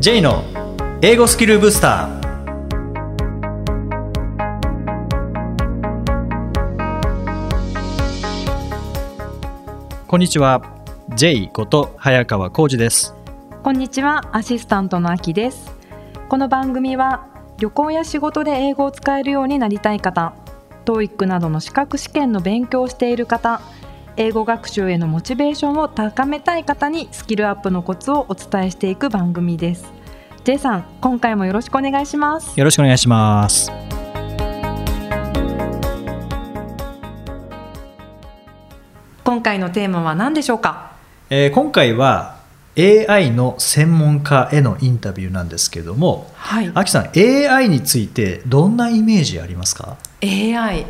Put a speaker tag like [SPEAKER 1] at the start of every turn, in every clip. [SPEAKER 1] J の英語スキルブースターこんにちは J こと早川浩二です
[SPEAKER 2] こんにちは、アシスタントのあきです。この番組は旅行や仕事で英語を使えるようになりたい方、TOEIC などの資格試験の勉強をしている方、英語学習へのモチベーションを高めたい方にスキルアップのコツをお伝えしていく番組です。J さん、今回もよろしくお願いします。
[SPEAKER 1] よろしくお願いします
[SPEAKER 2] 今回のテーマは何でしょうか。
[SPEAKER 1] えー今回は AI の専門家へのインタビューなんですけども
[SPEAKER 2] はい
[SPEAKER 1] あきさん AI についてどんなイメージありますか
[SPEAKER 2] AI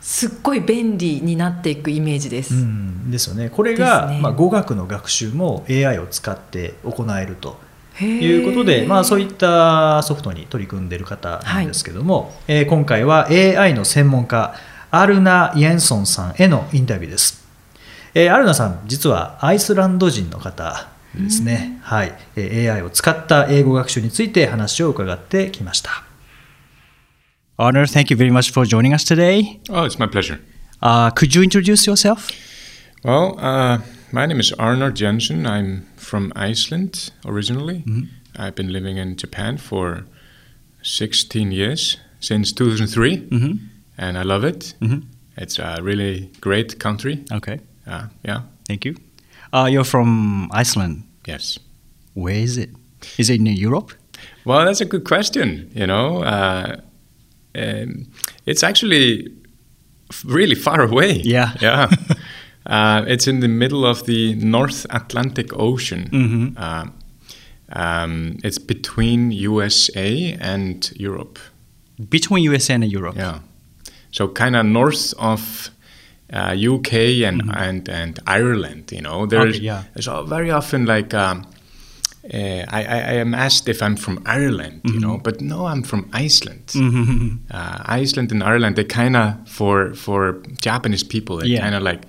[SPEAKER 2] すっごい便利になっていくイメージで
[SPEAKER 1] う
[SPEAKER 2] す
[SPEAKER 1] んですよねこれが、
[SPEAKER 2] ですね
[SPEAKER 1] まあ、語学の学習も AI を使って行えるということで、まあ、そういったソフトに取り組んでいる方なんですけども、えー今回は AI の専門家アルナ・イエンソンさんへのインタビューです、えーアルナさん実はアイスランド人の方ですね、はいえー AI を使った英語学習について話を伺ってきました Arnold, thank you very much for joining us today.
[SPEAKER 3] Oh, it's my pleasure.
[SPEAKER 1] Uh, could you introduce yourself?
[SPEAKER 3] Well, uh, my name is Arnar Jensen. I'm from Iceland originally. I've been living in Japan for 16 years, since 2003, and I love it. It's a really great country.
[SPEAKER 1] Okay,
[SPEAKER 3] Uh, yeah,
[SPEAKER 1] thank you. Uh, you're from Iceland.
[SPEAKER 3] yes.
[SPEAKER 1] Where is it? Is it in Europe?
[SPEAKER 3] Well, that's a good question. You know, uh, um, it's actually f- really far away.
[SPEAKER 1] Yeah.
[SPEAKER 3] yeah. uh, it's in the middle of the North Atlantic Ocean. Uh, um, it's between USA and Europe.
[SPEAKER 1] Between USA and Europe.
[SPEAKER 3] Yeah, so kind of north of uh, UK and, and and Ireland. You know, there's
[SPEAKER 1] Mm-hmm. yeah.
[SPEAKER 3] there's all- very often like um, uh, I, I I am asked if I'm from Ireland. You
[SPEAKER 1] Mm-hmm.
[SPEAKER 3] know, but no, I'm from Iceland. Uh, Iceland and Ireland they kind of for for Japanese people they
[SPEAKER 1] Yeah.
[SPEAKER 3] kind of like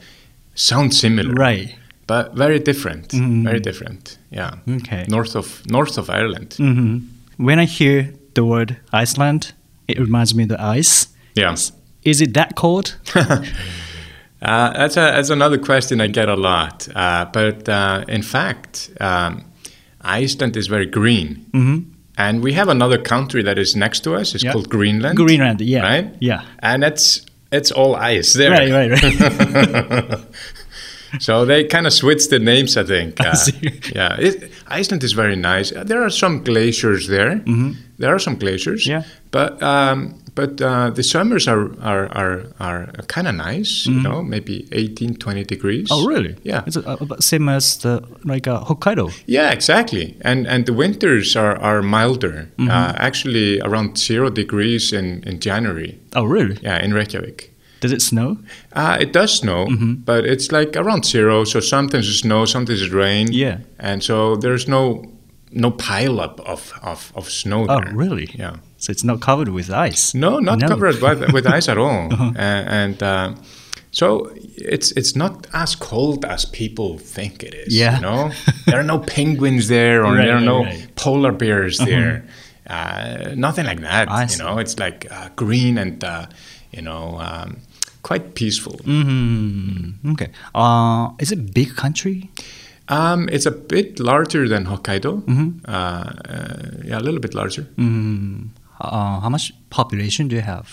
[SPEAKER 3] sound similar,
[SPEAKER 1] Right. Mm-hmm.
[SPEAKER 3] But very different. Very different. Yeah.
[SPEAKER 1] Okay.
[SPEAKER 3] North of north of Ireland.
[SPEAKER 1] hmm When I hear the word Iceland, it reminds me of the ice.
[SPEAKER 3] Yeah.
[SPEAKER 1] Is it that cold?
[SPEAKER 3] uh, that's, a, that's another question I get a lot. Uh, but uh, in fact, um, Iceland is very green.
[SPEAKER 1] Mhm.
[SPEAKER 3] And we have another country that is next to us. It's
[SPEAKER 1] Yeah.
[SPEAKER 3] called Greenland.
[SPEAKER 1] Greenland, yeah.
[SPEAKER 3] Right?
[SPEAKER 1] Yeah.
[SPEAKER 3] And it's, it's all ice there.
[SPEAKER 1] Right, right,
[SPEAKER 3] right. so they kind of switched the names, I think. uh,
[SPEAKER 1] I see.
[SPEAKER 3] yeah. It, Iceland is very nice. Uh, There are some glaciers there. There are some glaciers.
[SPEAKER 1] Mm-hmm. Yeah.
[SPEAKER 3] But um, but uh, the summers are are are, are kind of nice,
[SPEAKER 1] Mm-hmm.
[SPEAKER 3] you know, maybe 18, 20 degrees. Yeah.
[SPEAKER 1] It's uh, about same as the like uh, Hokkaido.
[SPEAKER 3] yeah, exactly. And and the winters are are milder.
[SPEAKER 1] Mm-hmm.
[SPEAKER 3] Uh, actually, around zero degrees in in January.
[SPEAKER 1] Oh, really?
[SPEAKER 3] Yeah, in Reykjavik.
[SPEAKER 1] Does it snow?
[SPEAKER 3] Uh, it does snow,
[SPEAKER 1] Mm-hmm.
[SPEAKER 3] but it's like around zero. So sometimes it snows, sometimes it rains.
[SPEAKER 1] Yeah.
[SPEAKER 3] And so there's no no pileup of of of snow
[SPEAKER 1] Oh,
[SPEAKER 3] there.
[SPEAKER 1] really?
[SPEAKER 3] Yeah.
[SPEAKER 1] So it's not covered with ice.
[SPEAKER 3] No, not
[SPEAKER 1] No. Uh-huh.
[SPEAKER 3] covered with, with ice at all. A- and uh, so it's it's not as cold as people think it is.
[SPEAKER 1] Yeah.
[SPEAKER 3] You know, there are no penguins there, or
[SPEAKER 1] Right,
[SPEAKER 3] there are
[SPEAKER 1] right,
[SPEAKER 3] no
[SPEAKER 1] right. Uh-huh.
[SPEAKER 3] polar bears there. Uh, nothing like that.
[SPEAKER 1] I
[SPEAKER 3] you know, it's like uh, green and uh, you know um, quite peaceful.
[SPEAKER 1] Mm-hmm. Okay. Uh, is it big country?
[SPEAKER 3] Um, it's a bit larger than Hokkaido.
[SPEAKER 1] Mm-hmm.
[SPEAKER 3] Uh, uh, yeah, a little bit larger.
[SPEAKER 1] Mm. Uh, how much population do you have?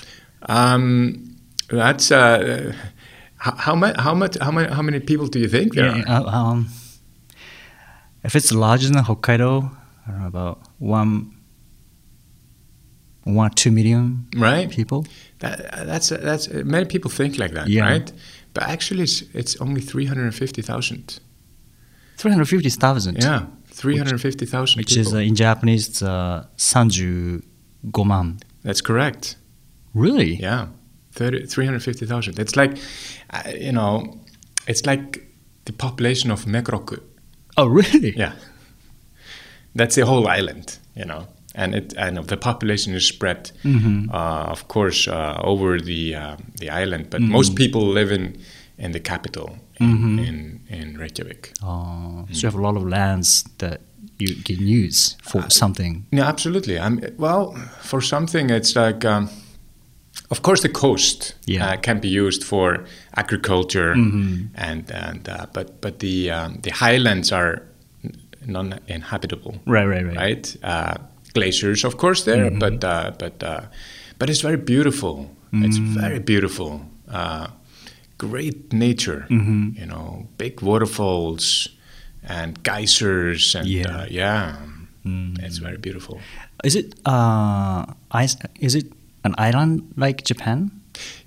[SPEAKER 3] Um, that's uh, how, how much? How much? How many? How many people do you think there are?
[SPEAKER 1] uh, um, if it's larger than Hokkaido, I don't know about one, one two million
[SPEAKER 3] Right.
[SPEAKER 1] people.
[SPEAKER 3] That, that's that's many people think like that,
[SPEAKER 1] Yeah.
[SPEAKER 3] right? But actually, it's it's only three hundred fifty thousand.
[SPEAKER 1] Three hundred fifty thousand.
[SPEAKER 3] Yeah, three hundred fifty thousand.
[SPEAKER 1] which is uh, in Japanese it's uh, 35万.
[SPEAKER 3] that's correct.
[SPEAKER 1] Really?
[SPEAKER 3] Yeah, 30 350,000. It's like, uh, you know, it's like the population of Mekroku.
[SPEAKER 1] Oh, really?
[SPEAKER 3] Yeah. That's the whole island, you know. And it and the population is spread, uh, of course, uh, over the uh, the island. But most people live in in the capital in in, in Reykjavik.
[SPEAKER 1] Uh, Oh, so you have a lot of lands that
[SPEAKER 4] you can use
[SPEAKER 1] Uh,
[SPEAKER 4] for something.
[SPEAKER 3] Yeah, absolutely. I'm well for something. It's like, um, of course, the coast
[SPEAKER 4] Yeah.
[SPEAKER 3] uh, can be used for agriculture,
[SPEAKER 4] Mhm.
[SPEAKER 3] and and uh, but but the um, the highlands are n- non-inhabitable,
[SPEAKER 4] Right, right, Mm-hmm. right.
[SPEAKER 3] right? Uh, glaciers, of course, there, but uh, but uh, but it's very beautiful. It's
[SPEAKER 4] Mm.
[SPEAKER 3] very beautiful. Uh, great nature,
[SPEAKER 4] Mm-hmm.
[SPEAKER 3] you know, big waterfalls and geysers, and
[SPEAKER 4] Yeah. Mm.
[SPEAKER 3] yeah, uh, yeah. it's very beautiful.
[SPEAKER 4] Is it uh, is, is it an island like Japan?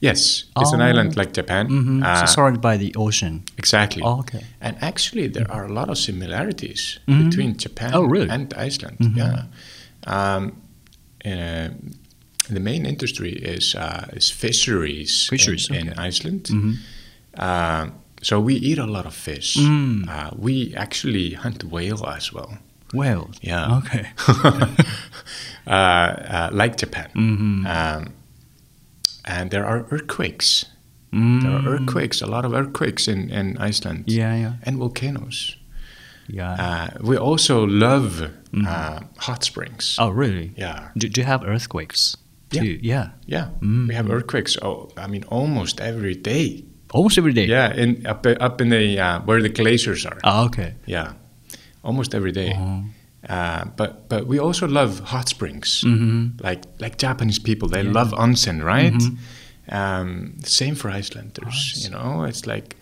[SPEAKER 3] Yes, it's an
[SPEAKER 4] Oh.
[SPEAKER 3] island like Japan.
[SPEAKER 4] Mm-hmm.
[SPEAKER 3] Uh,
[SPEAKER 4] surrounded by the ocean.
[SPEAKER 3] Exactly.
[SPEAKER 4] Oh, okay.
[SPEAKER 3] And actually, there are a lot of similarities between Japan
[SPEAKER 4] Oh, really? Mm-hmm.
[SPEAKER 3] and Iceland. Yeah. Um, uh, the main industry is uh, is fisheries,
[SPEAKER 4] Fisheries, Mm-hmm.
[SPEAKER 3] in, in Iceland. Uh, so we eat a lot of fish.
[SPEAKER 4] Mm.
[SPEAKER 3] Uh, we actually hunt whale as well.
[SPEAKER 4] Well,
[SPEAKER 3] Yeah.
[SPEAKER 4] Okay.
[SPEAKER 3] uh, uh, like Japan.
[SPEAKER 4] Mm. Mm-hmm.
[SPEAKER 3] Um, and there are earthquakes. There
[SPEAKER 4] Mm-hmm.
[SPEAKER 3] are earthquakes, a lot of earthquakes in, in Iceland.
[SPEAKER 4] Mm. Yeah, yeah,
[SPEAKER 3] And volcanoes.
[SPEAKER 4] yeah.
[SPEAKER 3] Uh, we also love uh, hot springs.
[SPEAKER 4] Mm-hmm. oh, really?
[SPEAKER 3] Yeah,
[SPEAKER 4] Do, do you have earthquakes
[SPEAKER 3] Yeah.
[SPEAKER 4] too? Yeah.
[SPEAKER 3] yeah.
[SPEAKER 4] Mm.
[SPEAKER 3] We have earthquakes. Oh, I mean, almost every day.
[SPEAKER 4] Almost every day.
[SPEAKER 3] Yeah, in up up in the uh, where the glaciers are.
[SPEAKER 4] Ah, okay.
[SPEAKER 3] Yeah, almost every day.
[SPEAKER 4] Oh.
[SPEAKER 3] Uh, but but we also love hot springs.
[SPEAKER 4] Mm-hmm.
[SPEAKER 3] Like like Japanese people, they
[SPEAKER 4] Yeah.
[SPEAKER 3] love onsen, right?
[SPEAKER 4] Mhm.
[SPEAKER 3] Um, same for Icelanders.
[SPEAKER 4] Nice.
[SPEAKER 3] You know, it's like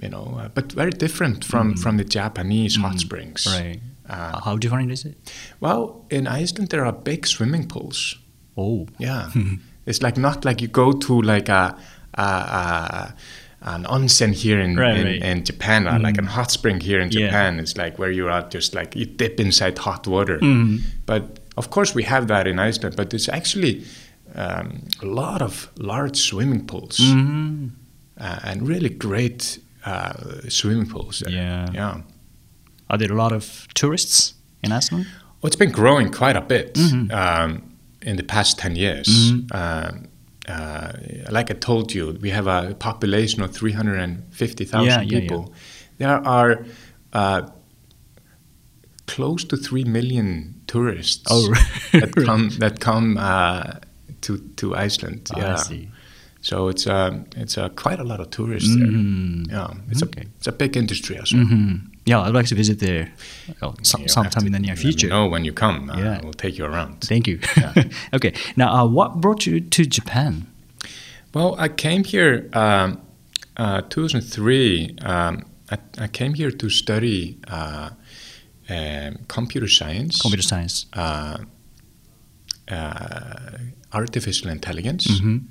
[SPEAKER 3] you know, uh, but very different from from the Japanese hot springs.
[SPEAKER 4] Mm-hmm. Right.
[SPEAKER 3] Uh,
[SPEAKER 4] How different is it?
[SPEAKER 3] Well, in Iceland there are big swimming pools.
[SPEAKER 4] Oh.
[SPEAKER 3] Yeah, it's like not like you go to like a, a, a an onsen here in
[SPEAKER 4] Right,
[SPEAKER 3] in,
[SPEAKER 4] right. Hmm.
[SPEAKER 3] in Japan, or like a hot spring here in
[SPEAKER 4] Yeah.
[SPEAKER 3] Japan. It's like where you are just like you dip inside hot water.
[SPEAKER 4] Mhm.
[SPEAKER 3] But of course we have that in Iceland, but it's actually um, a lot of large swimming pools
[SPEAKER 4] Mm-hmm.
[SPEAKER 3] uh, and really great uh, swimming pools. There.
[SPEAKER 4] Yeah.
[SPEAKER 3] yeah.
[SPEAKER 4] Are there a lot of tourists in Iceland?
[SPEAKER 3] Well, it's been growing quite a bit
[SPEAKER 4] Mhm.
[SPEAKER 3] um, in the past 10 years.
[SPEAKER 4] Mhm.
[SPEAKER 3] Um, uh, like I told you, we have a population of 350,000
[SPEAKER 4] Yeah, yeah, yeah.
[SPEAKER 3] people. There are uh, close to 3 million tourists
[SPEAKER 4] Oh,
[SPEAKER 3] that come, that come uh, to, to Iceland.
[SPEAKER 4] Ah, I
[SPEAKER 3] yeah.
[SPEAKER 4] see.
[SPEAKER 3] So it's, um, it's uh, quite a lot of tourists
[SPEAKER 4] Mm.
[SPEAKER 3] there. Yeah, it's,
[SPEAKER 4] Okay.
[SPEAKER 3] a, it's a big industry as well.
[SPEAKER 4] Mm-hmm. Yeah, I'd like to visit there well, some,
[SPEAKER 3] You'll have
[SPEAKER 4] sometime
[SPEAKER 3] to
[SPEAKER 4] in the near
[SPEAKER 3] let me
[SPEAKER 4] future.
[SPEAKER 3] know when you come. Uh,
[SPEAKER 4] Yeah.
[SPEAKER 3] We'll take you around.
[SPEAKER 4] Thank you. okay. Now, uh, what brought you to Japan?
[SPEAKER 3] Well, I came here um, uh, 2003. Um, I, I came here to study uh, um, computer science,
[SPEAKER 4] Computer science.
[SPEAKER 3] uh, uh, artificial intelligence.
[SPEAKER 4] Mhm.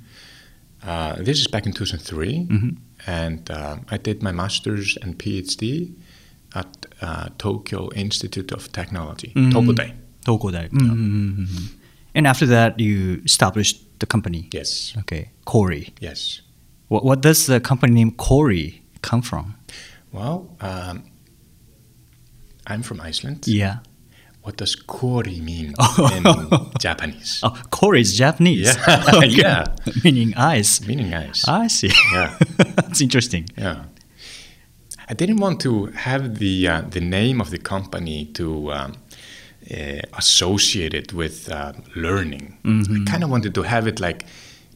[SPEAKER 3] Uh, this is back in 2003,
[SPEAKER 4] Mhm.
[SPEAKER 3] and um, I did my master's and PhD at uh, Tokyo Institute of Technology,
[SPEAKER 4] Mhm.
[SPEAKER 3] Tobudai.
[SPEAKER 4] Tokodai. Mm-hmm. And after that, you established the company.
[SPEAKER 3] Yes,
[SPEAKER 4] Okay. Corey.
[SPEAKER 3] yes.
[SPEAKER 4] What, what does the company name Corey come from?
[SPEAKER 3] Well, um, I'm from Iceland.
[SPEAKER 4] Yeah.
[SPEAKER 3] What does kori mean
[SPEAKER 4] Oh.
[SPEAKER 3] in Japanese?
[SPEAKER 4] Oh, Corey is Japanese.
[SPEAKER 3] Yeah. Yeah.
[SPEAKER 4] Meaning eyes.
[SPEAKER 3] Meaning ice.
[SPEAKER 4] I see.
[SPEAKER 3] Yeah.
[SPEAKER 4] That's interesting.
[SPEAKER 3] Yeah. I didn't want to have the uh, the name of the company to um, uh, associate it with uh, learning.
[SPEAKER 4] Mm-hmm.
[SPEAKER 3] I kind of wanted to have it like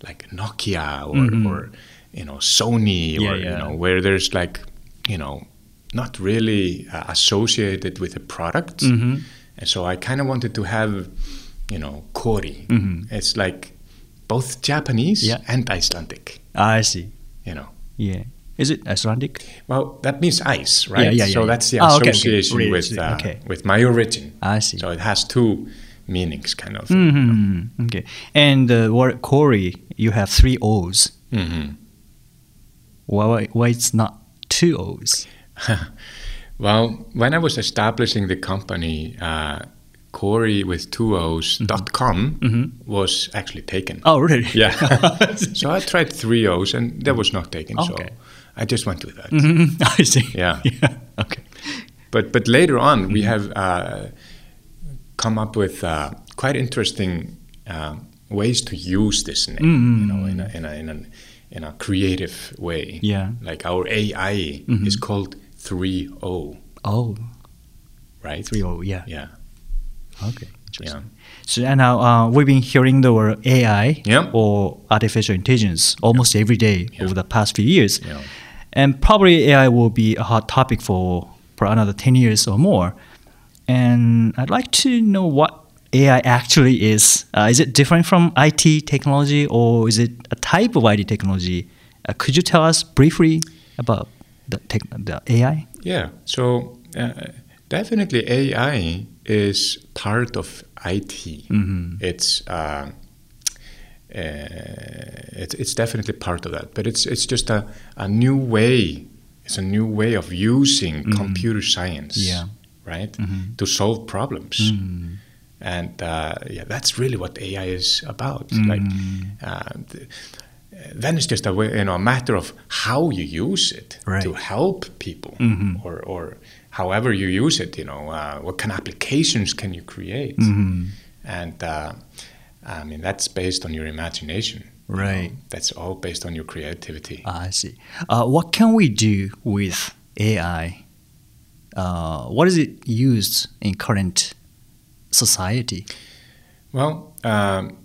[SPEAKER 3] like Nokia or, or you know Sony
[SPEAKER 4] Mm-hmm. Yeah,
[SPEAKER 3] or
[SPEAKER 4] yeah.
[SPEAKER 3] you know where there's like you know not really uh, associated with a product.
[SPEAKER 4] Mm-hmm.
[SPEAKER 3] And so I kind of wanted to have you know Kori. It's like both Japanese
[SPEAKER 4] Mm-hmm. Yeah.
[SPEAKER 3] and Icelandic.
[SPEAKER 4] I see.
[SPEAKER 3] You know.
[SPEAKER 4] Yeah. Is it Icelandic?
[SPEAKER 3] Well, that means ice, right?
[SPEAKER 4] yeah, yeah,
[SPEAKER 3] so
[SPEAKER 4] yeah.
[SPEAKER 3] that's the
[SPEAKER 4] Ah, okay, okay.
[SPEAKER 3] association
[SPEAKER 4] Really,
[SPEAKER 3] with uh,
[SPEAKER 4] okay.
[SPEAKER 3] with my origin.
[SPEAKER 4] I see.
[SPEAKER 3] So it has two meanings, kind of.
[SPEAKER 4] Mm-hmm. Okay. And the word Corey, you have three O's.
[SPEAKER 3] Mhm.
[SPEAKER 4] Why, why, why it's not two O's?
[SPEAKER 3] Well, when I was establishing the company, uh, Corey with two O's
[SPEAKER 4] Mm-hmm.
[SPEAKER 3] dot com was actually taken.
[SPEAKER 4] Oh, really?
[SPEAKER 3] Yeah. so I tried three O's and that was not taken.
[SPEAKER 4] Okay.
[SPEAKER 3] So I just went with that.
[SPEAKER 4] Mhm. I see.
[SPEAKER 3] Yeah.
[SPEAKER 4] yeah. Okay.
[SPEAKER 3] But but later on, we have uh, come up with uh, quite interesting um, ways to use this name, you know, in a, in a, in, an, in a creative way.
[SPEAKER 4] Yeah.
[SPEAKER 3] like our AI is called Three O,
[SPEAKER 4] Oh,
[SPEAKER 3] right?
[SPEAKER 4] 3.0, yeah.
[SPEAKER 3] Yeah.
[SPEAKER 4] Okay.
[SPEAKER 3] Yeah.
[SPEAKER 4] Interesting. So and now uh, we've been hearing the word AI
[SPEAKER 3] Yeah.
[SPEAKER 4] or artificial intelligence almost every day over the past few years,
[SPEAKER 3] Yeah.
[SPEAKER 4] and probably AI will be a hot topic for for another ten years or more. And I'd like to know what AI actually is. Uh, is it different from IT technology, or is it a type of IT technology? Uh, could you tell us briefly about the, tech, the AI?
[SPEAKER 3] Yeah. So uh, definitely AI is part of IT. It's uh, uh, it, it's definitely part of that, but it's it's just a, a new way. It's a new way of using computer science.
[SPEAKER 4] Yeah. Mm-hmm.
[SPEAKER 3] Right. To solve problems.
[SPEAKER 4] Mm.
[SPEAKER 3] And uh, yeah, that's really what AI is about.
[SPEAKER 4] Mm.
[SPEAKER 3] Like, uh, th- then it's just a way, you know, a matter of how you use it
[SPEAKER 4] Right. Mm-hmm.
[SPEAKER 3] to help people, or or however you use it. You know, uh, what kind of applications can you create?
[SPEAKER 4] Mm-hmm.
[SPEAKER 3] And uh, I mean, that's based on your imagination. you know.
[SPEAKER 4] Right.
[SPEAKER 3] That's all based on your creativity.
[SPEAKER 4] I see. Uh, what can we do with AI? Uh, what is it used in current society?
[SPEAKER 3] Well, um,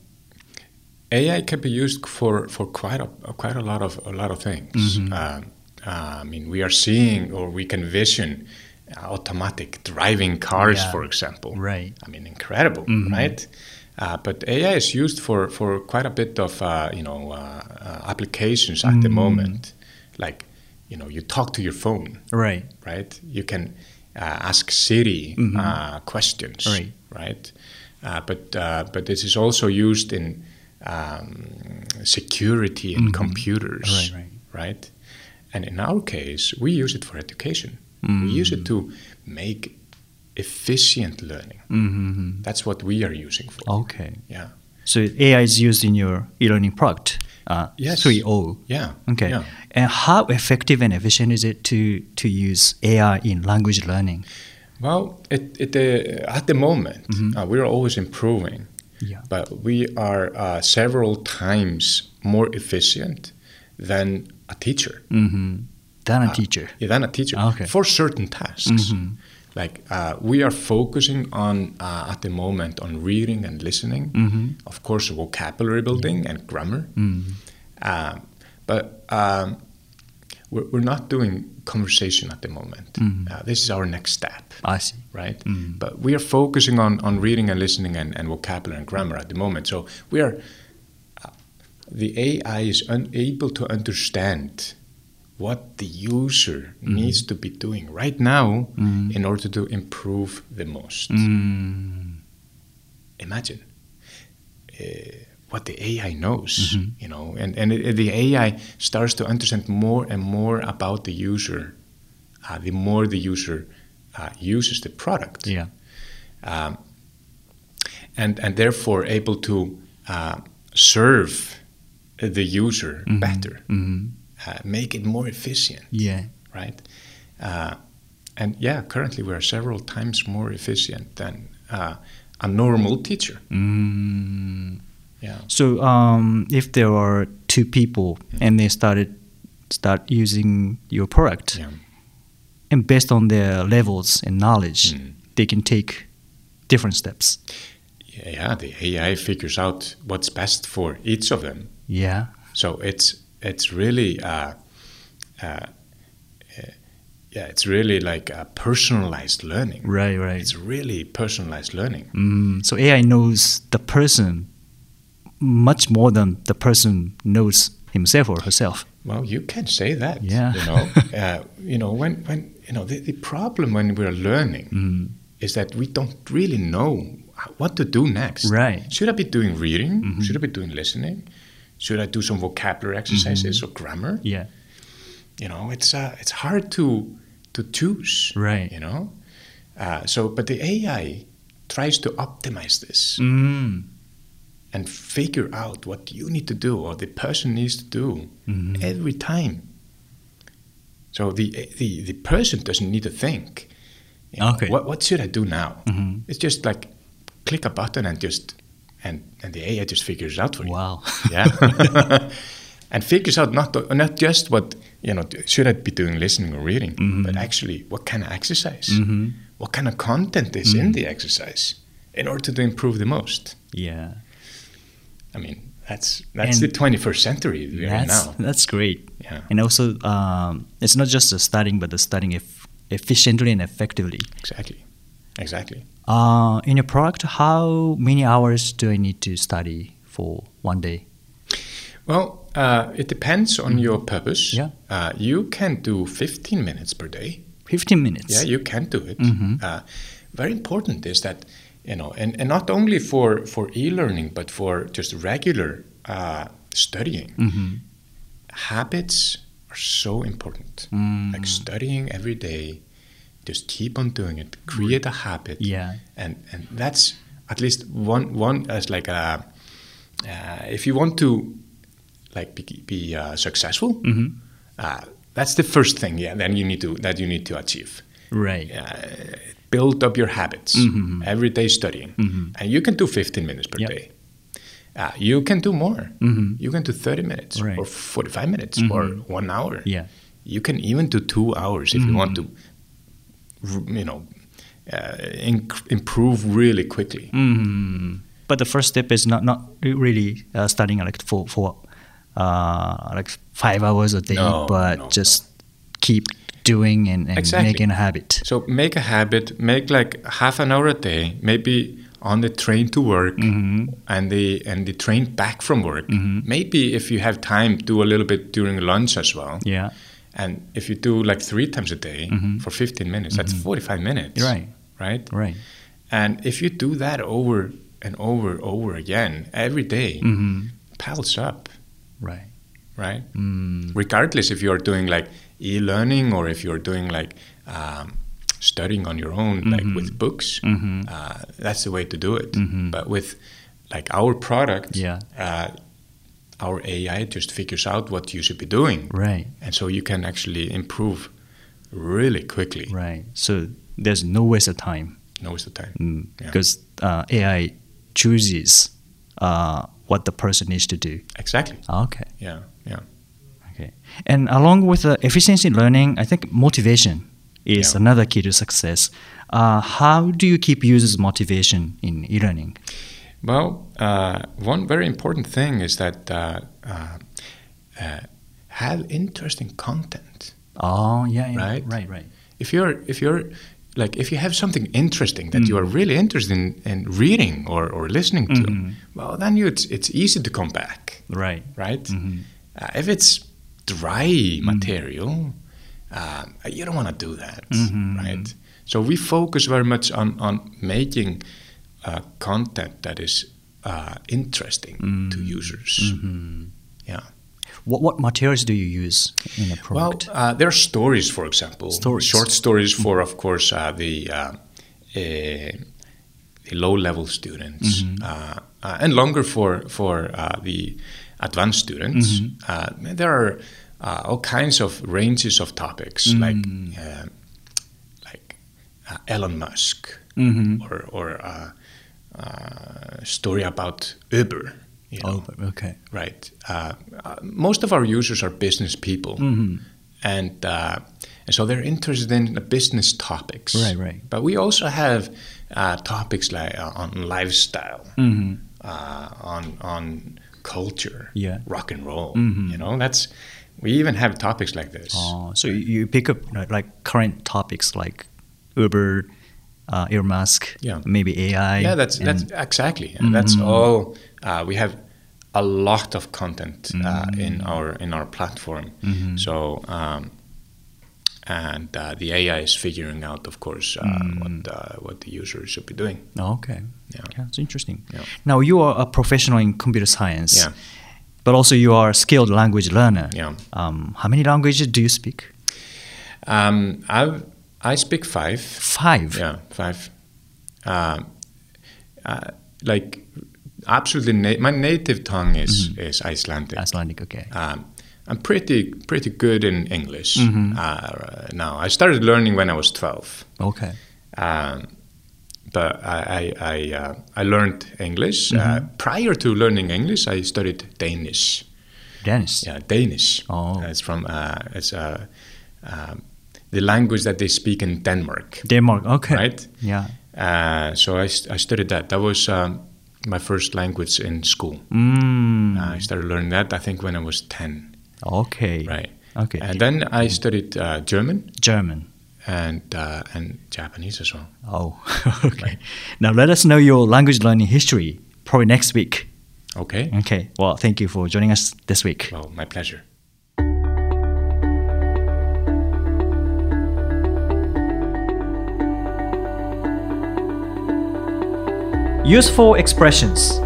[SPEAKER 3] AI can be used for, for quite a quite a lot of a lot of things.
[SPEAKER 4] Mm-hmm.
[SPEAKER 3] Um, uh, I mean, we are seeing or we can vision automatic driving cars,
[SPEAKER 4] Yeah.
[SPEAKER 3] for example.
[SPEAKER 4] Right. Mm-hmm.
[SPEAKER 3] I mean, incredible, right? Uh, but AI is used for, for quite a bit of uh, you know uh, uh, applications at the
[SPEAKER 4] Mm.
[SPEAKER 3] moment. Like, you know, you talk to your phone
[SPEAKER 4] Right.
[SPEAKER 3] right? You can uh, ask Siri uh, questions,
[SPEAKER 4] Mm-hmm. Right.
[SPEAKER 3] right? Uh, but uh, but this is also used in um, security in computers,
[SPEAKER 4] Mm-hmm. Right,
[SPEAKER 3] right? And in our case, we use it for education. We
[SPEAKER 4] Mm-hmm.
[SPEAKER 3] use it to make efficient learning.
[SPEAKER 4] hmm
[SPEAKER 3] That's what we are using for.
[SPEAKER 4] Okay.
[SPEAKER 3] Yeah.
[SPEAKER 4] So AI is used in your e-learning product. Uh,
[SPEAKER 3] Yes.
[SPEAKER 4] 3.0.
[SPEAKER 3] Yeah.
[SPEAKER 4] Okay.
[SPEAKER 3] Yeah.
[SPEAKER 4] And how effective and efficient is it to to use AI in language learning?
[SPEAKER 3] Well, it, it, uh, at the moment, uh, we are always improving,
[SPEAKER 4] Mm-hmm. Yeah.
[SPEAKER 3] but we are uh, several times more efficient than a teacher.
[SPEAKER 4] Mm-hmm. Than a
[SPEAKER 3] Uh,
[SPEAKER 4] teacher.
[SPEAKER 3] Yeah, than a teacher
[SPEAKER 4] Ah, Okay. Mm-hmm.
[SPEAKER 3] for certain tasks. Like uh, we are focusing on uh, at the moment on reading and listening,
[SPEAKER 4] Mm-hmm.
[SPEAKER 3] of course, vocabulary building and grammar. Um, but um, we're, we're not doing conversation at the moment.
[SPEAKER 4] Mm-hmm.
[SPEAKER 3] Uh, this is our next step
[SPEAKER 4] I see.
[SPEAKER 3] right? But we are focusing on, on reading and listening and, and vocabulary and grammar at the moment. So we are, uh, the AI is unable to understand what the user needs to be doing right now in order to improve the most.
[SPEAKER 4] Mm.
[SPEAKER 3] Imagine uh, what the AI knows, you know, and, and it- the AI starts to understand more and more about the user, uh, the more the user uh, uses the product
[SPEAKER 4] Yeah.
[SPEAKER 3] um, and and therefore able to uh, serve the user better,
[SPEAKER 4] hmm
[SPEAKER 3] uh, make it more efficient,
[SPEAKER 4] Yeah.
[SPEAKER 3] right? Uh, and yeah, currently we are several times more efficient than uh, a normal teacher.
[SPEAKER 4] Mm.
[SPEAKER 3] Yeah.
[SPEAKER 4] So um, if there are two people and they started start using your product,
[SPEAKER 3] Yeah.
[SPEAKER 4] and based on their levels and knowledge,
[SPEAKER 3] Mm.
[SPEAKER 4] they can take different steps.
[SPEAKER 3] yeah, the AI figures out what's best for each of them.
[SPEAKER 4] Yeah.
[SPEAKER 3] So it's it's really uh, uh, uh, yeah, it's really like a personalized learning.
[SPEAKER 4] Right. Right.
[SPEAKER 3] It's really personalized learning.
[SPEAKER 4] Mm, so AI knows the person much more than the person knows himself or herself.
[SPEAKER 3] Well, you can say that.
[SPEAKER 4] Yeah.
[SPEAKER 3] You know, uh, you know when, when you know the, the problem when we're learning
[SPEAKER 4] Mm.
[SPEAKER 3] is that we don't really know what to do next.
[SPEAKER 4] Right.
[SPEAKER 3] Should I be doing reading?
[SPEAKER 4] Mm-hmm.
[SPEAKER 3] Should I be doing listening? Should I do some vocabulary exercises or grammar?
[SPEAKER 4] Mm-hmm. Yeah.
[SPEAKER 3] You know, it's uh, it's hard to to choose.
[SPEAKER 4] Right.
[SPEAKER 3] You know, uh, so but the AI tries to optimize this
[SPEAKER 4] Mm.
[SPEAKER 3] and figure out what you need to do or the person needs to do
[SPEAKER 4] Mm-hmm.
[SPEAKER 3] every time. So the, the the person doesn't need to think. you know,
[SPEAKER 4] Okay.
[SPEAKER 3] What what should I do now?
[SPEAKER 4] Mhm.
[SPEAKER 3] It's just like click a button and just and and the AI just figures it out for you.
[SPEAKER 4] Wow.
[SPEAKER 3] Yeah. and figures out not not just
[SPEAKER 4] Mm-hmm.
[SPEAKER 3] what you know should I be doing listening or reading, but actually what kind of exercise, what kind of content is
[SPEAKER 4] Mm-hmm.
[SPEAKER 3] in the exercise in order to improve the most.
[SPEAKER 4] Yeah.
[SPEAKER 3] I mean, that's
[SPEAKER 4] And
[SPEAKER 3] that's the 21st century we are in
[SPEAKER 4] That's,
[SPEAKER 3] now.
[SPEAKER 4] that's great.
[SPEAKER 3] Yeah.
[SPEAKER 4] And also, um, it's not just the studying, but the studying eff- efficiently and effectively.
[SPEAKER 3] Exactly. Exactly.
[SPEAKER 4] Uh, in your product, how many hours do I need to study for one day?
[SPEAKER 3] Well, uh, it depends on your purpose.
[SPEAKER 4] Yeah.
[SPEAKER 3] Uh, you can do 15 minutes per day.
[SPEAKER 4] 15 minutes.
[SPEAKER 3] Yeah, you can do it.
[SPEAKER 4] Mhm.
[SPEAKER 3] Uh, very important is that you know, and, and not only for for e-learning, but for just regular uh, studying.
[SPEAKER 4] Mhm.
[SPEAKER 3] Habits are so important.
[SPEAKER 4] Mm.
[SPEAKER 3] Like studying every day, just keep on doing it. Create a habit.
[SPEAKER 4] Yeah.
[SPEAKER 3] and and that's at least one one as like a uh, if you want to like be, be uh, successful
[SPEAKER 4] Mhm.
[SPEAKER 3] uh, that's the first thing yeah then you need to that you need to achieve
[SPEAKER 4] Right.
[SPEAKER 3] uh, build up your habits
[SPEAKER 4] Mhm.
[SPEAKER 3] everyday studying and you can do 15 minutes per
[SPEAKER 4] Mm-hmm. Yep.
[SPEAKER 3] day uh, you can do more
[SPEAKER 4] Mhm.
[SPEAKER 3] you can do 30 minutes
[SPEAKER 4] Right. Mm-hmm.
[SPEAKER 3] or 45 minutes or one hour
[SPEAKER 4] Yeah. Mm-hmm.
[SPEAKER 3] you can even do two hours if you want to r- you know uh, inc- improve really quickly
[SPEAKER 4] Mm. But the first step is not not re- really uh, studying like for for uh, like five hours a day,
[SPEAKER 3] No,
[SPEAKER 4] but
[SPEAKER 3] no,
[SPEAKER 4] just keep doing and, and
[SPEAKER 3] Exactly.
[SPEAKER 4] making a habit.
[SPEAKER 3] So make a habit, make like half an hour a day, maybe on the train to work
[SPEAKER 4] Mm-hmm.
[SPEAKER 3] and the and the train back from work. Maybe if you have time, do a little bit during lunch as well.
[SPEAKER 4] Yeah,
[SPEAKER 3] And if you do like three times a day for 15 minutes, that's 45 minutes.
[SPEAKER 4] Mm-hmm. Right.
[SPEAKER 3] Right.
[SPEAKER 4] right.
[SPEAKER 3] And if you do that over and over over again every day,
[SPEAKER 4] Mm-hmm.
[SPEAKER 3] piles up.
[SPEAKER 4] Right.
[SPEAKER 3] Right
[SPEAKER 4] Mm.
[SPEAKER 3] regardless if you're doing like e-learning or if you're doing like um, studying on your own
[SPEAKER 4] Mm-hmm.
[SPEAKER 3] like with books
[SPEAKER 4] Mhm.
[SPEAKER 3] uh, that's the way to do it
[SPEAKER 4] Mhm.
[SPEAKER 3] but with like our product
[SPEAKER 4] Yeah.
[SPEAKER 3] uh, our ai just figures out what you should be doing
[SPEAKER 4] Right.
[SPEAKER 3] and so you can actually improve really quickly
[SPEAKER 4] Right. So there's no waste of time
[SPEAKER 3] now is the time
[SPEAKER 1] mm,
[SPEAKER 3] Yeah.
[SPEAKER 4] because uh, AI chooses uh, what the person needs to do.
[SPEAKER 3] exactly
[SPEAKER 1] Ah,
[SPEAKER 4] Okay.
[SPEAKER 3] yeah yeah
[SPEAKER 4] Okay. And along with the efficiency in learning, I think motivation is
[SPEAKER 3] Yeah.
[SPEAKER 4] another key to success. Uh, how do you keep users' motivation in e-learning?
[SPEAKER 3] Well, uh, one very important thing is that uh, uh, uh, have interesting content.
[SPEAKER 4] Oh, yeah, yeah.
[SPEAKER 3] Right.
[SPEAKER 4] right, right.
[SPEAKER 3] If you're if you're like if you have something interesting that you are really interested in, in reading or, or listening to, well, then you, it's it's easy to come back,
[SPEAKER 4] Right.
[SPEAKER 3] right?
[SPEAKER 4] Mm-hmm.
[SPEAKER 3] Uh, if it's dry material, uh, you don't want to do that, right? So we focus very much on on making uh, content that is uh, interesting to
[SPEAKER 4] Mm-hmm.
[SPEAKER 3] users. Yeah.
[SPEAKER 4] What, what materials do you use in the product?
[SPEAKER 3] Well, uh, there are stories, for example,
[SPEAKER 4] Stories.
[SPEAKER 3] short stories for, of course, uh, the uh, uh, the low-level students,
[SPEAKER 4] Mm-hmm.
[SPEAKER 3] uh, uh, and longer for for uh, the advanced students.
[SPEAKER 4] Mm-hmm.
[SPEAKER 3] Uh, there are uh, all kinds of ranges of topics,
[SPEAKER 4] Mm-hmm.
[SPEAKER 3] like uh, like uh, Elon Musk,
[SPEAKER 4] Mm-hmm.
[SPEAKER 3] or or uh, uh, story about Uber. You know?
[SPEAKER 4] oh, okay.
[SPEAKER 3] Right. Uh, uh, most of our users are business people,
[SPEAKER 4] Mm-hmm.
[SPEAKER 3] and uh, and so they're interested in the business topics.
[SPEAKER 4] Right, right.
[SPEAKER 3] But we also have uh, topics like uh, on lifestyle,
[SPEAKER 4] Mm-hmm.
[SPEAKER 3] uh, on on culture,
[SPEAKER 4] Yeah. Mm-hmm.
[SPEAKER 3] rock and roll. You know, that's we even have topics like this.
[SPEAKER 4] Oh, so you, you pick up you know, like current topics like Uber, uh, Elon Musk,
[SPEAKER 3] Yeah.
[SPEAKER 4] maybe AI.
[SPEAKER 3] yeah, that's
[SPEAKER 4] and- Mm-hmm.
[SPEAKER 3] that's exactly. And That's all. Uh, we have a lot of content uh,
[SPEAKER 4] Mm-hmm.
[SPEAKER 3] in our in our platform. So um, and uh, the AI is figuring out, of course, uh,
[SPEAKER 4] Mm.
[SPEAKER 3] what uh, what the user should be doing.
[SPEAKER 4] Oh, Okay.
[SPEAKER 3] Yeah.
[SPEAKER 4] Okay, That's interesting.
[SPEAKER 3] Yeah.
[SPEAKER 4] Now you are a professional in computer science.
[SPEAKER 3] Yeah.
[SPEAKER 4] But also you are a skilled language learner.
[SPEAKER 3] Yeah.
[SPEAKER 4] Um, how many languages do you speak?
[SPEAKER 3] Um, I I speak five.
[SPEAKER 4] Five.
[SPEAKER 3] Yeah, five. Um uh, like absolutely, na- my native tongue is is Icelandic.
[SPEAKER 4] Mm-hmm. Icelandic, okay.
[SPEAKER 3] um, I'm pretty pretty good in English
[SPEAKER 4] Mm-hmm.
[SPEAKER 3] uh, now. I started learning when I was 12,
[SPEAKER 4] Okay.
[SPEAKER 3] um, but I I I, uh, I learned English. Uh,
[SPEAKER 4] Mm-hmm.
[SPEAKER 3] prior to learning English, I studied Danish.
[SPEAKER 4] Danish.
[SPEAKER 3] Yeah, Danish.
[SPEAKER 4] Oh.
[SPEAKER 3] it's from uh, it's a. uh, Um, the language that they speak in Denmark.
[SPEAKER 4] Denmark. Okay.
[SPEAKER 3] Right?
[SPEAKER 4] Yeah.
[SPEAKER 3] Uh, so I, st- I studied that. That was um, my first language in school.
[SPEAKER 4] Mm.
[SPEAKER 3] Uh, I started learning that, I think, when I was 10.
[SPEAKER 4] Okay.
[SPEAKER 3] Right.
[SPEAKER 4] Okay.
[SPEAKER 3] And then I studied uh, German
[SPEAKER 4] German.
[SPEAKER 3] and, uh, and Japanese as well.
[SPEAKER 4] Oh. okay. Now let us know your language learning history probably next week.
[SPEAKER 3] Okay.
[SPEAKER 4] Okay. Well, thank you for joining us this week.
[SPEAKER 3] Well, my pleasure.
[SPEAKER 1] Useful expressions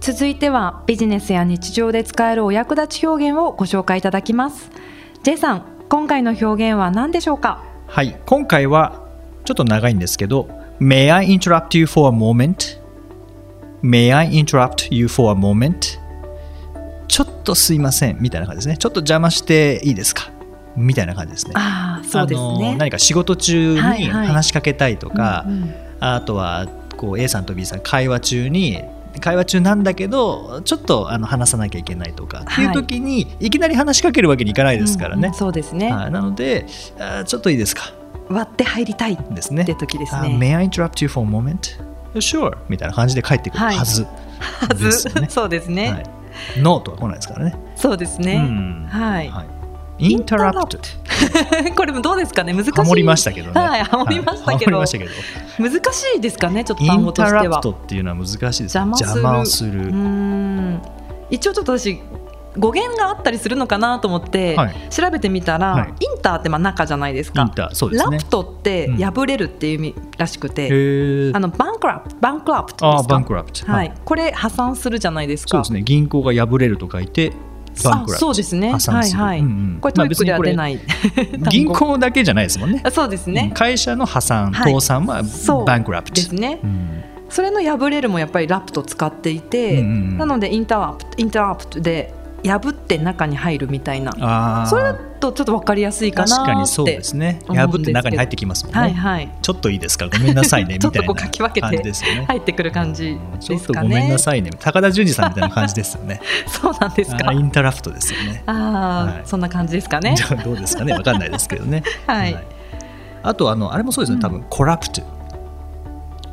[SPEAKER 2] 続いてはビジネスや日常で使えるお役立ち表現をご紹介いただきます J さん今回の表現は何でしょうか
[SPEAKER 1] はい今回はちょっと長いんですけど May I interrupt you for a moment? May I interrupt you for a moment? ちょっとすいませんみたいな感じですねちょっと邪魔していいですかみたいな感じですね
[SPEAKER 2] ああそうです
[SPEAKER 1] あ
[SPEAKER 2] ね
[SPEAKER 1] の何か仕事中に
[SPEAKER 2] はいはい
[SPEAKER 1] 話しかけたいとか、
[SPEAKER 2] うんうん
[SPEAKER 1] あとはこう A さんと B さん会話中に会話中なんだけどちょっとあの話さなきゃいけないとかっていう時に、い、きなり話しかけるわけにいかないですから
[SPEAKER 2] うんう
[SPEAKER 1] ね
[SPEAKER 2] ん、そうですね、
[SPEAKER 1] はいなのであーちょっといいですか
[SPEAKER 2] 割って入りたいっ
[SPEAKER 1] ですね
[SPEAKER 2] て時です
[SPEAKER 1] あー
[SPEAKER 2] ね
[SPEAKER 1] May I interrupt you for a moment? Sure みたいな感じで帰ってくるはず
[SPEAKER 2] はず
[SPEAKER 1] ですよね
[SPEAKER 2] そうですね、
[SPEAKER 1] はい、ノーとは来ないですからね、
[SPEAKER 2] そうです
[SPEAKER 1] う
[SPEAKER 2] ね、
[SPEAKER 1] ん
[SPEAKER 2] はい
[SPEAKER 1] インタラプト
[SPEAKER 2] これもどうですかね難しい
[SPEAKER 1] ハモりましたけどね
[SPEAKER 2] はいハモりましたけど
[SPEAKER 1] はいハモりましたけど
[SPEAKER 2] 難しいですかねちょっと
[SPEAKER 1] イ
[SPEAKER 2] 単語
[SPEAKER 1] ン
[SPEAKER 2] と
[SPEAKER 1] タ
[SPEAKER 2] して
[SPEAKER 1] ラ
[SPEAKER 2] は
[SPEAKER 1] プトっていうのは難しいですね
[SPEAKER 2] 邪魔する
[SPEAKER 1] をする、
[SPEAKER 2] うーん一応ちょっと私語源があったりするのかなと思って
[SPEAKER 1] はい
[SPEAKER 2] 調べてみたら、
[SPEAKER 1] はい
[SPEAKER 2] インターってまあ中じゃないです
[SPEAKER 1] イン
[SPEAKER 2] か、
[SPEAKER 1] ターそうですね
[SPEAKER 2] ラプトって
[SPEAKER 1] うん
[SPEAKER 2] 破れるっていう意味らしくて、
[SPEAKER 1] へえ
[SPEAKER 2] あのバンクラプバンクラプトで
[SPEAKER 1] あ
[SPEAKER 2] す
[SPEAKER 1] ーバン
[SPEAKER 2] か
[SPEAKER 1] クラプト
[SPEAKER 2] はい、これ破産するじゃないです
[SPEAKER 1] そ
[SPEAKER 2] か
[SPEAKER 1] うですね銀行が破れると書いてバンク
[SPEAKER 2] あ
[SPEAKER 1] ラプ
[SPEAKER 2] そ
[SPEAKER 1] ト
[SPEAKER 2] うですね
[SPEAKER 1] 破産する
[SPEAKER 2] はいはい、
[SPEAKER 1] うんうん
[SPEAKER 2] これトイックでは出ない、
[SPEAKER 1] 銀 行だけじゃないですもんね
[SPEAKER 2] あそうですね、
[SPEAKER 1] 会社の破産
[SPEAKER 2] はい
[SPEAKER 1] 倒産は
[SPEAKER 2] そう
[SPEAKER 1] バンクラプト
[SPEAKER 2] ですね、
[SPEAKER 1] うん
[SPEAKER 2] それの破れるもやっぱりラプト使ってい
[SPEAKER 1] う
[SPEAKER 2] て、
[SPEAKER 1] んうんうん
[SPEAKER 2] なのでインタープトインタープトで破って中に入るみたいな
[SPEAKER 1] あ
[SPEAKER 2] それだとちょっと分かりやすいか
[SPEAKER 1] 確
[SPEAKER 2] なって
[SPEAKER 1] かにそうですね
[SPEAKER 2] 思うんで
[SPEAKER 1] 破っ
[SPEAKER 2] すけど
[SPEAKER 1] て中に入ってきますもんね、
[SPEAKER 2] はいはい
[SPEAKER 1] ちょっといいですかごめんなさいね
[SPEAKER 2] ちょ
[SPEAKER 1] み
[SPEAKER 2] ったと
[SPEAKER 1] い
[SPEAKER 2] こ
[SPEAKER 1] な
[SPEAKER 2] う書き分けて
[SPEAKER 1] 感じですよね
[SPEAKER 2] 入ってくる感じ
[SPEAKER 1] ちょ
[SPEAKER 2] で
[SPEAKER 1] っ
[SPEAKER 2] す
[SPEAKER 1] と
[SPEAKER 2] か
[SPEAKER 1] ごめん
[SPEAKER 2] ね
[SPEAKER 1] な。さいね高田純次さんみたいな感じですよね
[SPEAKER 2] そうなん です
[SPEAKER 1] あ
[SPEAKER 2] か
[SPEAKER 1] ーイ。ンタラプトですよね
[SPEAKER 2] ああ、
[SPEAKER 1] はい
[SPEAKER 2] そんな感じですかね
[SPEAKER 1] じ。ゃあどうですかねわかんないですけどね
[SPEAKER 2] はい
[SPEAKER 1] あとあのあれもそうですね多分コラプト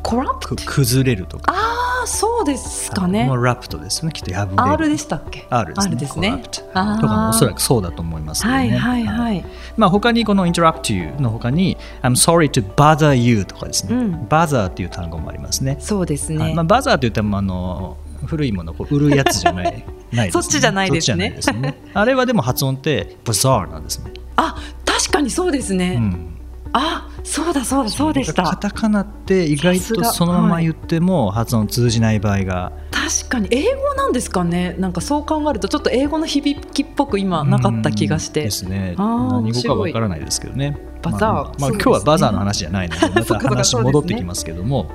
[SPEAKER 2] コラ
[SPEAKER 1] く
[SPEAKER 2] プ
[SPEAKER 1] 崩れるとか
[SPEAKER 2] ああそうですかね
[SPEAKER 1] も。うラプトですねきっと破れる
[SPEAKER 2] R でしたっけ
[SPEAKER 1] R ですね
[SPEAKER 2] R です
[SPEAKER 1] コ
[SPEAKER 2] ね
[SPEAKER 1] ラプトと
[SPEAKER 2] あー
[SPEAKER 1] かもおそらくそうだと思いますよね
[SPEAKER 2] はいはいはい。
[SPEAKER 1] まあ、他にこの interrupt you の他に I'm sorry to bother you とかですね、
[SPEAKER 2] うん
[SPEAKER 1] bother っていう単語もありますね。
[SPEAKER 2] そうです
[SPEAKER 1] はいま
[SPEAKER 2] ね
[SPEAKER 1] あ、。bother といってもあの古いものをこう売るやつ じゃない。ないですね
[SPEAKER 2] そっちじゃないですね
[SPEAKER 1] そっちじゃないですねあれはでも発音って bazaar なんですね。
[SPEAKER 2] あ確かにそうです
[SPEAKER 1] う
[SPEAKER 2] ね。
[SPEAKER 1] ん
[SPEAKER 2] あそうだそうだそうでし
[SPEAKER 1] カ
[SPEAKER 2] た。
[SPEAKER 1] タカナって意外
[SPEAKER 2] さす
[SPEAKER 1] と
[SPEAKER 2] が
[SPEAKER 1] そのまま言っても発音通じない場合が
[SPEAKER 2] 確かに英語なんですかね。なんかそう考えるとちょっと英語の響きっぽく今なかった気がし
[SPEAKER 1] うん
[SPEAKER 2] て
[SPEAKER 1] で。すね。
[SPEAKER 2] あー
[SPEAKER 1] 何語か
[SPEAKER 2] 面白
[SPEAKER 1] わ
[SPEAKER 2] い
[SPEAKER 1] からないですけどね。
[SPEAKER 2] バザー
[SPEAKER 1] まあ、まあ
[SPEAKER 2] そう
[SPEAKER 1] 今
[SPEAKER 2] ですね
[SPEAKER 1] 日はバザーの話じゃないの で、また
[SPEAKER 2] そっかそっ
[SPEAKER 1] 話
[SPEAKER 2] かそうですね
[SPEAKER 1] 戻ってきますけども、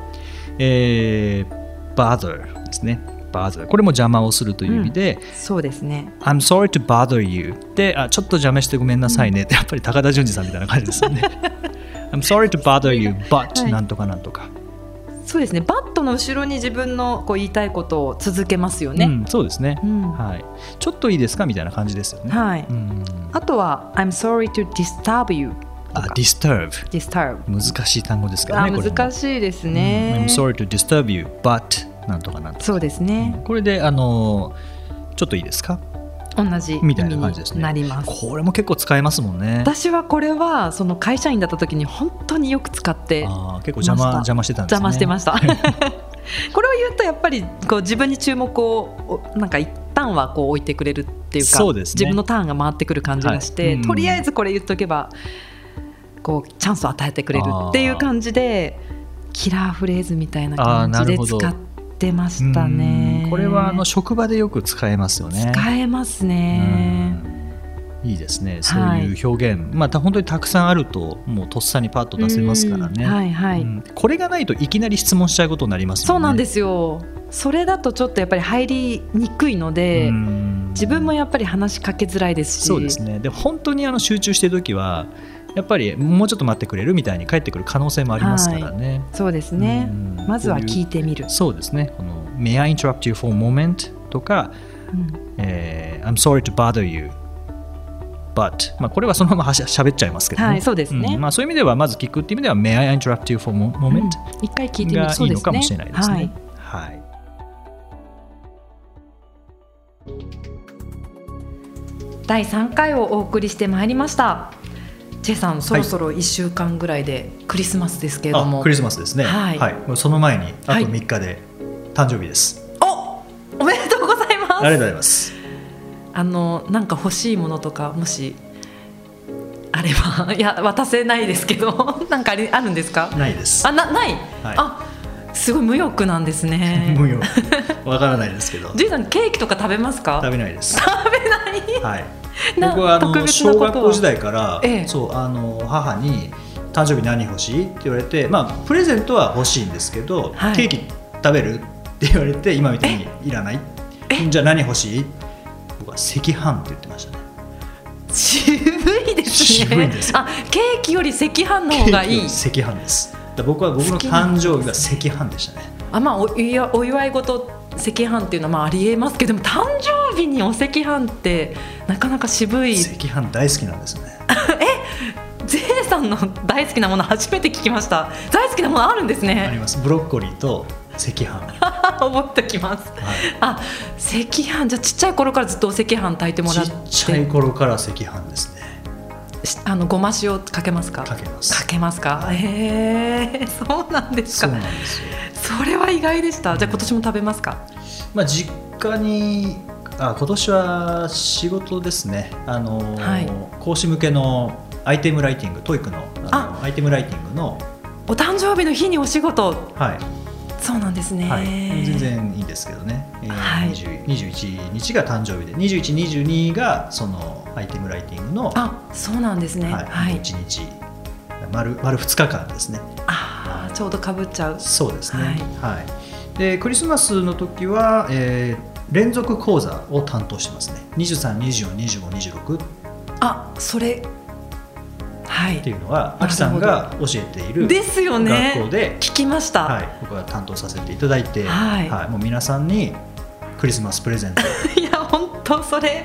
[SPEAKER 1] えー、バザーですね。バザー。これも邪魔をするという意味で、
[SPEAKER 2] そうですね。
[SPEAKER 1] I'm sorry to bother you で、あちょっと邪魔してごめんなさいねって、やっぱり高田純次さんみたいな感じですよね。I'm sorry to bother you, but、
[SPEAKER 2] はい
[SPEAKER 1] なんとかなんとか。
[SPEAKER 2] そうですね。バットの後ろに自分のこう言いたいことを続けますよね。
[SPEAKER 1] うん、そうですね、
[SPEAKER 2] うん
[SPEAKER 1] はい。ちょっといいですかみたいな感じですよね。
[SPEAKER 2] はい。
[SPEAKER 1] うん、
[SPEAKER 2] あとは I'm sorry to disturb you
[SPEAKER 1] あ、disturb。
[SPEAKER 2] disturb。
[SPEAKER 1] 難しい単語ですけど
[SPEAKER 2] あ
[SPEAKER 1] ね、これも
[SPEAKER 2] 難しいですね。
[SPEAKER 1] うん I'm sorry to disturb you, but なんとかなんとか。
[SPEAKER 2] そうですね。
[SPEAKER 1] これで、あのーちょっといいですか
[SPEAKER 2] 同じ意
[SPEAKER 1] みた
[SPEAKER 2] 味
[SPEAKER 1] いな感じですね
[SPEAKER 2] になります。
[SPEAKER 1] これも結構使えますもんね。
[SPEAKER 2] 私はこれはその会社員だった時に本当によく使って
[SPEAKER 1] あー結構邪魔
[SPEAKER 2] ました
[SPEAKER 1] 邪魔してたんですね。
[SPEAKER 2] 邪魔してま
[SPEAKER 1] し
[SPEAKER 2] し た。これを言うとやっぱりこう自分に注目をおなんか一旦はこう置いてくれるっていうか
[SPEAKER 1] そうですね
[SPEAKER 2] 自分のターンが回ってくる感じがして、
[SPEAKER 1] はいうん
[SPEAKER 2] とりあえずこれ言っとけばこうチャンスを与えてくれるっていう感じでキラーフレーズみたいな感じ
[SPEAKER 1] あーなる
[SPEAKER 2] で
[SPEAKER 1] ほど
[SPEAKER 2] 使ってましたね。
[SPEAKER 1] これはあの職場でよく使えますよね。
[SPEAKER 2] 使えますね。
[SPEAKER 1] うんいいですね。そういう表現、まあ本当にたくさんあるともうとっさにパッと出せますからね。
[SPEAKER 2] うんはいはい。
[SPEAKER 1] うんこれがないといきなり質問しちゃうことになります
[SPEAKER 2] そ
[SPEAKER 1] も
[SPEAKER 2] うん
[SPEAKER 1] ね。。
[SPEAKER 2] なんですすよ。それだとちょっとやっぱり入りにくいので、自分もやっぱり話しかけづらいですし。
[SPEAKER 1] そうですねで本当にあの集中してる時はやっぱりもうちょっと待ってくれるみたいに帰ってくる可能性もありますからね。
[SPEAKER 2] そうですね
[SPEAKER 1] う。ん
[SPEAKER 2] まずは聞い
[SPEAKER 1] こ
[SPEAKER 2] てみる
[SPEAKER 1] ういう。そうですねこの「 May I interrupt you for a moment? とか、えー I'm sorry to bother you but まあこれはそのままはしゃべっちゃいますけどね、
[SPEAKER 2] はいそうですね
[SPEAKER 1] んまあ、そういう意味ではまず聞くっていう意味では May I interrupt you for a mo- moment?
[SPEAKER 2] 一回聞いてみる
[SPEAKER 1] が
[SPEAKER 2] そ
[SPEAKER 1] いう
[SPEAKER 2] で
[SPEAKER 1] い
[SPEAKER 2] す
[SPEAKER 1] のか
[SPEAKER 2] ね
[SPEAKER 1] もしれないですね。
[SPEAKER 2] はい
[SPEAKER 1] はい
[SPEAKER 2] 第3回をお送りしてまいりましたチェさんそろそろ1週間ぐらいでクリスマスですけれども、
[SPEAKER 1] あクリスマスですね、
[SPEAKER 2] はい
[SPEAKER 1] もうその前にあ
[SPEAKER 2] はい
[SPEAKER 1] と3日で誕生日です、
[SPEAKER 2] おめでとうございます
[SPEAKER 1] ありがとうございます
[SPEAKER 2] あのなんか欲しいものとかもしあればいや渡せないですけど なんかありあるんですか
[SPEAKER 1] ないです
[SPEAKER 2] あなない、
[SPEAKER 1] はい
[SPEAKER 2] あすごい無欲なんです ね
[SPEAKER 1] 無用わからないですけ ど
[SPEAKER 2] ジェイさんケーキとか食べますか
[SPEAKER 1] 食べないです
[SPEAKER 2] 食べない
[SPEAKER 1] はい
[SPEAKER 2] な
[SPEAKER 1] 僕はあ
[SPEAKER 2] 特
[SPEAKER 1] の
[SPEAKER 2] 別な
[SPEAKER 1] 小
[SPEAKER 2] ことは
[SPEAKER 1] 学校時代から、
[SPEAKER 2] ええ
[SPEAKER 1] そうあの母に「誕生日何欲しい?」って言われて、まあ、プレゼントは欲しいんですけど、
[SPEAKER 2] はい
[SPEAKER 1] ケーキ食べるって言われて今みたいに「いらない」じゃあ何欲しい僕は赤飯って言ってましたね
[SPEAKER 2] 渋いですね
[SPEAKER 1] 渋いですよ
[SPEAKER 2] あケーキより赤飯の方がい
[SPEAKER 1] ケ
[SPEAKER 2] い
[SPEAKER 1] ーキより赤飯ですだから僕は僕の誕生日が赤飯でしたね
[SPEAKER 2] あまあおいやお祝い事赤飯っていうのはまあありえますけどでも誕生日にお赤飯ってなかなか渋い
[SPEAKER 1] 赤飯大好きなんですよね
[SPEAKER 2] ゼイさんの大好きなもの初めて聞きました大好きなものあるんです
[SPEAKER 1] あり
[SPEAKER 2] ね
[SPEAKER 1] ますブロッコリーと赤飯、は
[SPEAKER 2] 覚えておきます
[SPEAKER 1] い、
[SPEAKER 2] あ赤飯じゃあちっちゃい頃からずっとお赤飯炊いて もらっ
[SPEAKER 1] ち
[SPEAKER 2] て
[SPEAKER 1] っちゃい頃から赤飯ですね
[SPEAKER 2] しあのごま塩かけますか
[SPEAKER 1] かけます
[SPEAKER 2] かけますかへえそうなんです
[SPEAKER 1] そう
[SPEAKER 2] か
[SPEAKER 1] なんですよ
[SPEAKER 2] それは意外でしたじゃあ今年も食べますか
[SPEAKER 1] まあ、実家にあ今年は仕事ですね、あの
[SPEAKER 2] はい
[SPEAKER 1] 講師向けのアイテムライティング、トイックのあのアイテムライティングの、
[SPEAKER 2] お誕生日の日にお仕事
[SPEAKER 1] はい
[SPEAKER 2] そうなんですね、
[SPEAKER 1] はい、全然いいんですけどね、えー
[SPEAKER 2] はい
[SPEAKER 1] 20 21日が誕生日で、21、22がそのアイテムライティングの、は
[SPEAKER 2] あそうなんですね
[SPEAKER 1] い
[SPEAKER 2] はい、
[SPEAKER 1] 1日丸、丸2日間ですね。
[SPEAKER 2] あーちょうどかぶっちゃう
[SPEAKER 1] そうですね、はいでクリスマスの時は、えー連続講座を担当してますね、23、24、25、26。
[SPEAKER 2] あそれは
[SPEAKER 1] って
[SPEAKER 2] い
[SPEAKER 1] いうのは、
[SPEAKER 2] なるほど
[SPEAKER 1] あきさんが教えている
[SPEAKER 2] ですよね
[SPEAKER 1] 学校で、
[SPEAKER 2] 聞きました、
[SPEAKER 1] はい、僕は担当させていただいて、
[SPEAKER 2] はい
[SPEAKER 1] もう皆さんにクリスマスプレゼ ント、
[SPEAKER 2] いや本当それ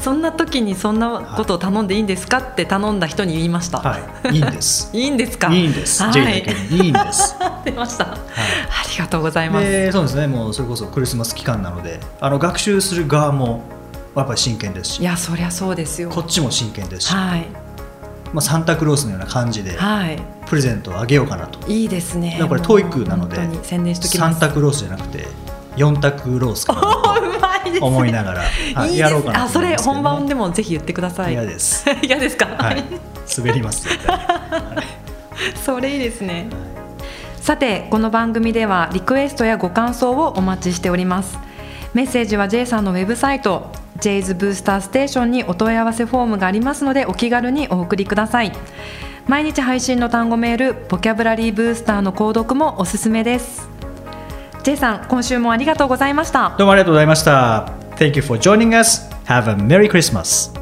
[SPEAKER 2] そんな時にそんなことを頼んでいいんですかって頼んだ人に言いました、
[SPEAKER 1] はい、いいんです。
[SPEAKER 2] い、いんですか
[SPEAKER 1] いいんです。
[SPEAKER 2] はい
[SPEAKER 1] J だけにいいんです。
[SPEAKER 2] 出ましたあ
[SPEAKER 1] は
[SPEAKER 2] りがとうござい
[SPEAKER 1] い、
[SPEAKER 2] ます
[SPEAKER 1] で、そうですね。もうそれこそクリスマス期間なので、あの学習する側もやっぱり真剣です
[SPEAKER 2] い
[SPEAKER 1] し、
[SPEAKER 2] やそりゃそうですよ
[SPEAKER 1] こっちも真剣ですし、
[SPEAKER 2] はい
[SPEAKER 1] まあサンタクロースのような感じで
[SPEAKER 2] はい
[SPEAKER 1] プレゼントをあげようかなと。
[SPEAKER 2] いいですね
[SPEAKER 1] だからこれ TOEIC なので
[SPEAKER 2] もう本当に宣伝しとき
[SPEAKER 1] 三
[SPEAKER 2] ます
[SPEAKER 1] 択ロースじゃなくて四択ロースかなと
[SPEAKER 2] うまいですね
[SPEAKER 1] 思いながら、はい
[SPEAKER 2] いい
[SPEAKER 1] や
[SPEAKER 2] で
[SPEAKER 1] ろうか
[SPEAKER 2] す
[SPEAKER 1] な
[SPEAKER 2] あ
[SPEAKER 1] と
[SPEAKER 2] そ
[SPEAKER 1] 思いま
[SPEAKER 2] れ
[SPEAKER 1] すけども
[SPEAKER 2] 本番でもぜひ言ってください
[SPEAKER 1] 嫌 です。
[SPEAKER 2] 嫌ですか、
[SPEAKER 1] はい、滑ります。絶対
[SPEAKER 2] それいいですねさてこの番組ではリクエストやご感想をお待ちしておりますメッセージは J さんのウェブサイト J's ブースターステーションにお問い合わせフォームがありますのでお気軽にお送りください毎日配信の単語メールボキャブラリーブースターの購読もおすすめです J さん今週もありがとうございました
[SPEAKER 1] どうもありがとうございました。Thank you for joining us. Have a Merry Christmas.